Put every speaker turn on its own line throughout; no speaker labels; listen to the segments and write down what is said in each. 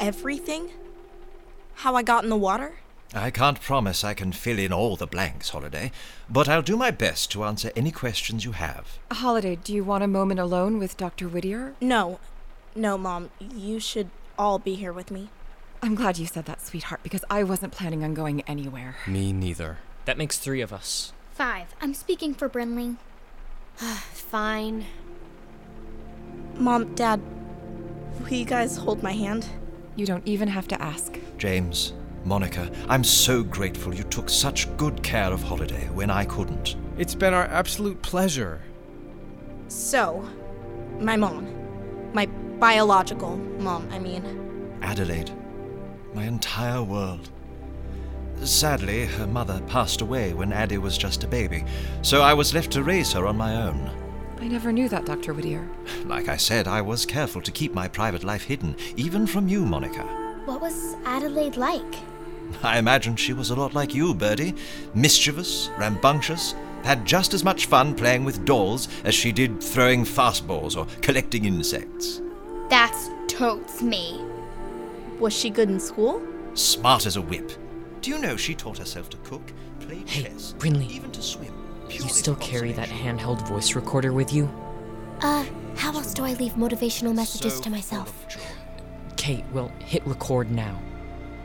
everything? How I got in the water?
I can't promise I can fill in all the blanks, Holiday, but I'll do my best to answer any questions you have.
Holiday, do you want a moment alone with Dr. Whittier?
No. No, Mom. You should all be here with me.
I'm glad you said that, sweetheart, because I wasn't planning on going anywhere.
Me neither.
That makes three of us.
Five. I'm speaking for Brinley. Fine.
Mom, Dad, will you guys hold my hand?
You don't even have to ask.
James, Monica, I'm so grateful you took such good care of Holiday when I couldn't.
It's been our absolute pleasure.
So, my mom. My biological mom, I mean.
Adelaide, my entire world. Sadly, her mother passed away when Addie was just a baby, so I was left to raise her on my own.
I never knew that, Dr. Whittier.
Like I said, I was careful to keep my private life hidden, even from you, Monica.
What was Adelaide like?
I imagine she was a lot like you, Birdie mischievous, rambunctious, had just as much fun playing with dolls as she did throwing fastballs or collecting insects.
That's totes me.
Was she good in school?
Smart as a whip. Do you know she taught herself to cook, play
Hey,
chess,
Brinley.
even to swim?
You
purely
still
for
carry that
conservation.
handheld voice recorder with you?
Uh, how else do I leave motivational messages to myself?
Kate, well, hit record now.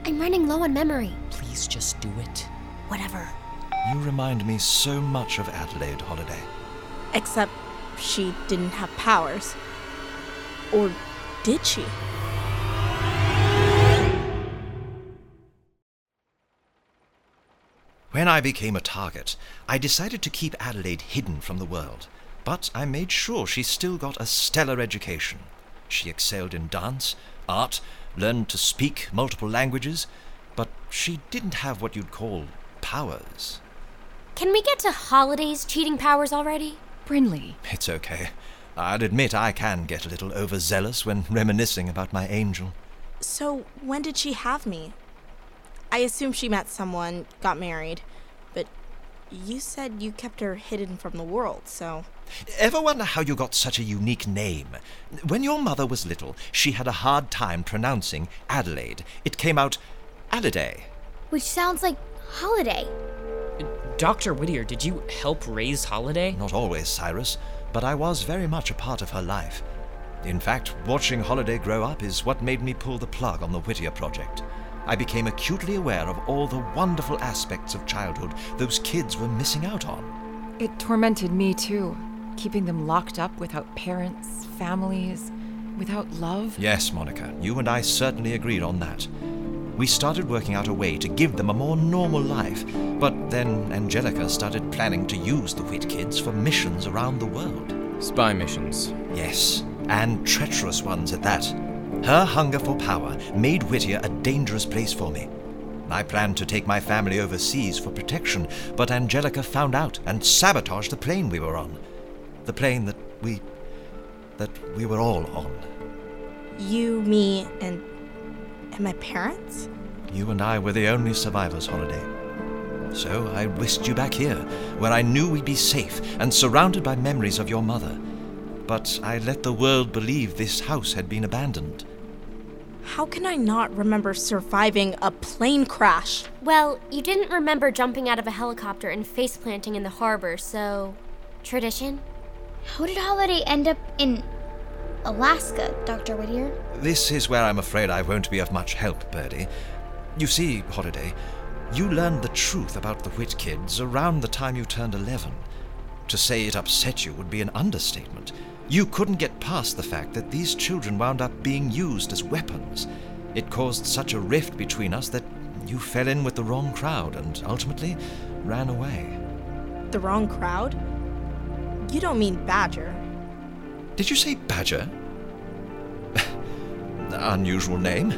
I'm running low on memory.
Please just do it.
Whatever.
You remind me so much of Adelaide Holiday.
Except she didn't have powers. Or did she?
When I became a target, I decided to keep Adelaide hidden from the world, but I made sure she still got a stellar education. She excelled in dance, art, learned to speak multiple languages, but she didn't have what you'd call powers.
Can we get to Holiday's cheating powers already?
Brinley,
It's okay. I'll admit I can get a little overzealous when reminiscing about my angel.
So, when did she have me? I assume she met someone, got married, but you said you kept her hidden from the world, so.
Ever wonder how you got such a unique name? When your mother was little, she had a hard time pronouncing Adelaide. It came out Aliday.
Which sounds like Holiday.
Dr. Whittier, did you help raise Holiday?
Not always, Cyrus, but I was very much a part of her life. In fact, watching Holiday grow up is what made me pull the plug on the Whittier project. I became acutely aware of all the wonderful aspects of childhood those kids were missing out on.
it tormented me too. Keeping them locked up without parents, families, without love.
Yes, Monica, you and I certainly agreed on that. We started working out a way to give them a more normal life, but then Angelica started planning to use the Whit kids for missions around the world.
Spy missions.
Yes, and treacherous ones at that. Her hunger for power made Whittier a dangerous place for me. I planned to take my family overseas for protection, but Angelica found out and sabotaged the plane we were on. The plane that we. that we were all on.
You, me, and. and my parents?
You and I were the only survivors, Holiday. So I whisked you back here, where I knew we'd be safe and surrounded by memories of your mother. But I let the world believe this house had been abandoned.
How can I not remember surviving a plane crash?
Well, you didn't remember jumping out of a helicopter and face planting in the harbor, so. Tradition?
How did Holiday end up in Alaska, Dr. Whittier?
This is where I'm afraid I won't be of much help, Birdie. You see, Holiday, you learned the truth about the Whit kids around the time you turned 11. To say it upset you would be an understatement. You couldn't get past the fact that these children wound up being used as weapons. It caused such a rift between us that you fell in with the wrong crowd and ultimately ran away.
The wrong crowd? You don't mean Badger.
Did you say Badger? Unusual name.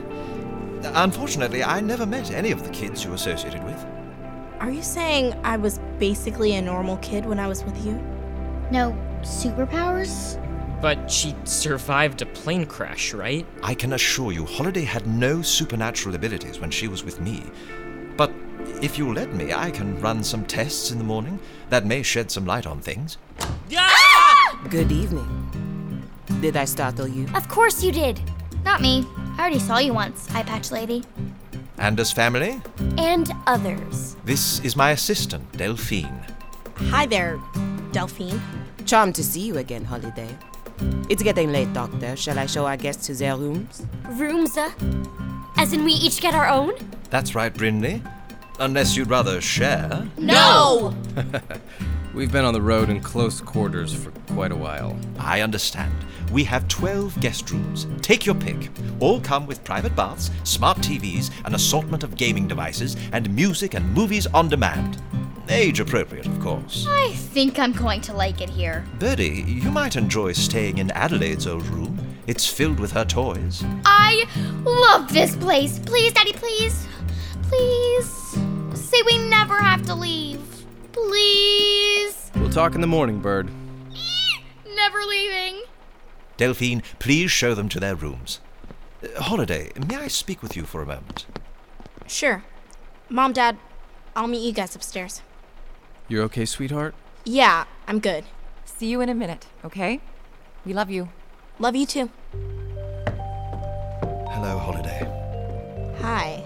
Unfortunately, I never met any of the kids you associated with.
Are you saying I was basically a normal kid when I was with you?
No superpowers?
But she survived a plane crash, right?
I can assure you, Holiday had no supernatural abilities when she was with me. But if you'll let me, I can run some tests in the morning that may shed some light on things.
Good evening. Did I startle you?
Of course you did.
Not me. I already saw you once, eye patch lady.
And as family,
And others.
this is my assistant, Delphine.
Hi there, Delphine.
Charmed to see you again, Holiday. It's getting late, Doctor. Shall I show our guests to their rooms?
Roomsa. As in, we each get our own?
That's right, Brinley. Unless you'd rather share.
No!
We've been on the road in close quarters for quite a while.
I understand. We have 12 guest rooms. Take your pick. All come with private baths, smart TVs, an assortment of gaming devices, and music and movies on demand. Age appropriate, of course.
I think I'm going to like it here.
Birdie, you might enjoy staying in Adelaide's old room. It's filled with her toys.
I love this place. Please, Daddy, please. Please. Say we never have to leave. Please.
We'll talk in the morning, Bird.
Never leaving.
Delphine, please show them to their rooms. Uh, Holiday, may I speak with you for a moment?
Sure. Mom, Dad, I'll meet you guys upstairs.
You're okay, sweetheart?
Yeah, I'm good.
See you in a minute, okay? We love you.
Love you too.
Hello, Holiday.
Hi.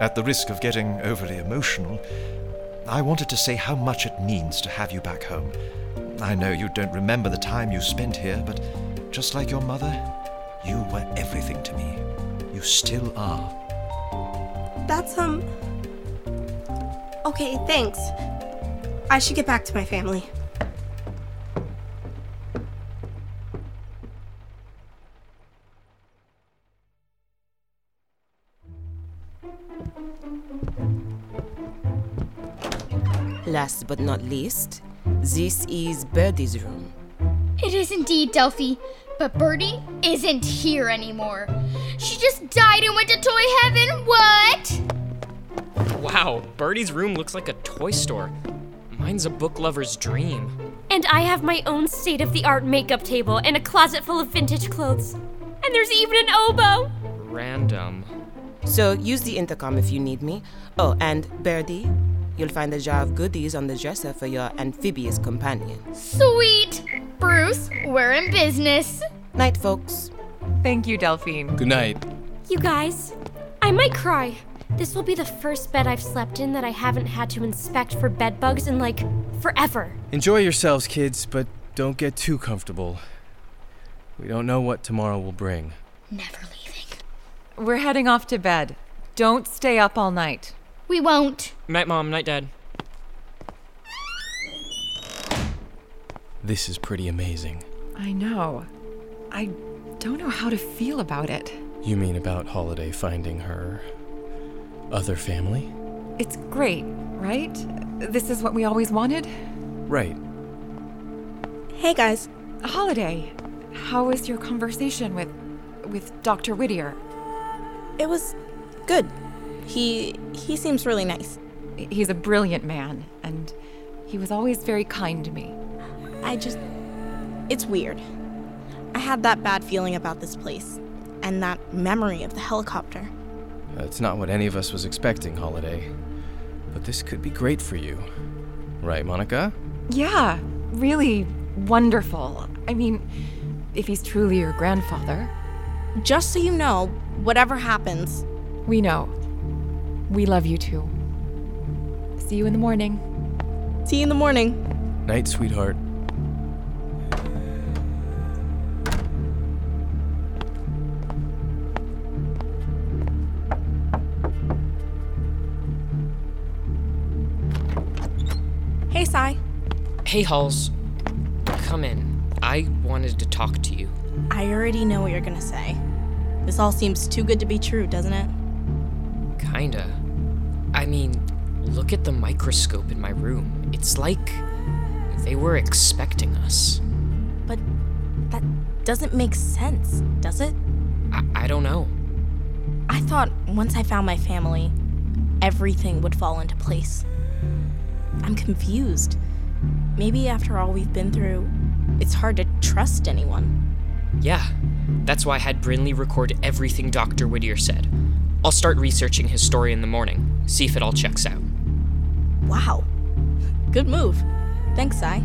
At the risk of getting overly emotional, I wanted to say how much it means to have you back home. I know you don't remember the time you spent here, but just like your mother, you were everything to me. You still are.
That's, um. Okay, thanks. I should get back to my family.
Last but not least, this is Birdie's room.
It is indeed Delphi, but Birdie isn't here anymore. She just died and went to toy heaven. What?
Wow, Birdie's room looks like a toy store. Mine's a book lover's dream.
And I have my own state of the art makeup table and a closet full of vintage clothes. And there's even an oboe!
Random.
So use the intercom if you need me. Oh, and Birdie, you'll find a jar of goodies on the dresser for your amphibious companion.
Sweet. Bruce, we're in business.
Night, folks.
Thank you, Delphine.
Good night.
You guys, I might cry. This will be the first bed I've slept in that I haven't had to inspect for bed bugs in like forever.
Enjoy yourselves, kids, but don't get too comfortable. We don't know what tomorrow will bring.
Never leaving.
We're heading off to bed. Don't stay up all night.
We won't.
Night, Mom. Night, Dad.
This is pretty amazing.
I know. I don't know how to feel about it.
You mean about Holiday finding her other family?
It's great, right? This is what we always wanted?
Right.
Hey, guys.
Holiday, how was your conversation with with Dr. Whittier?
It was good. He he seems really nice.
I- He's a brilliant man and he was always very kind to me.
I just it's weird. I had that bad feeling about this place and that memory of the helicopter.
That's not what any of us was expecting, Holiday. But this could be great for you. Right, Monica?
Yeah, really wonderful. I mean, if he's truly your grandfather,
Just so you know, whatever happens,
we know. We love you too. See you in the morning.
see you in the morning.
Night, sweetheart.
Hey, Sai.
Hey, Halls. Come in. I wanted to talk to you.
I already know what you're gonna say. This all seems too good to be true, doesn't it?
Kinda. I mean, look at the microscope in my room. It's like they were expecting us.
But that doesn't make sense, does it?
I, I don't know.
I thought once I found my family, everything would fall into place. I'm confused. Maybe after all we've been through, it's hard to trust anyone.
Yeah, that's why I had Brinley record everything Dr. Whittier said. I'll start researching his story in the morning, see if it all checks out.
Wow. Good move. Thanks, Sai.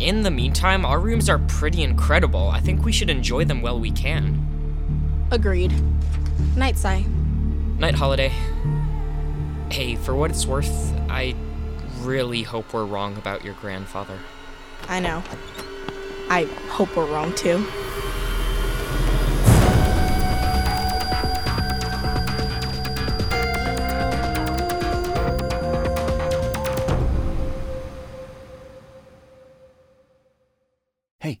In the meantime, our rooms are pretty incredible. I think we should enjoy them while we can.
Agreed. Night, Sai.
Night holiday. Hey, for what it's worth, I really hope we're wrong about your grandfather.
I know. I hope we're wrong too.
Hey,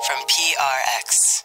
From PRX.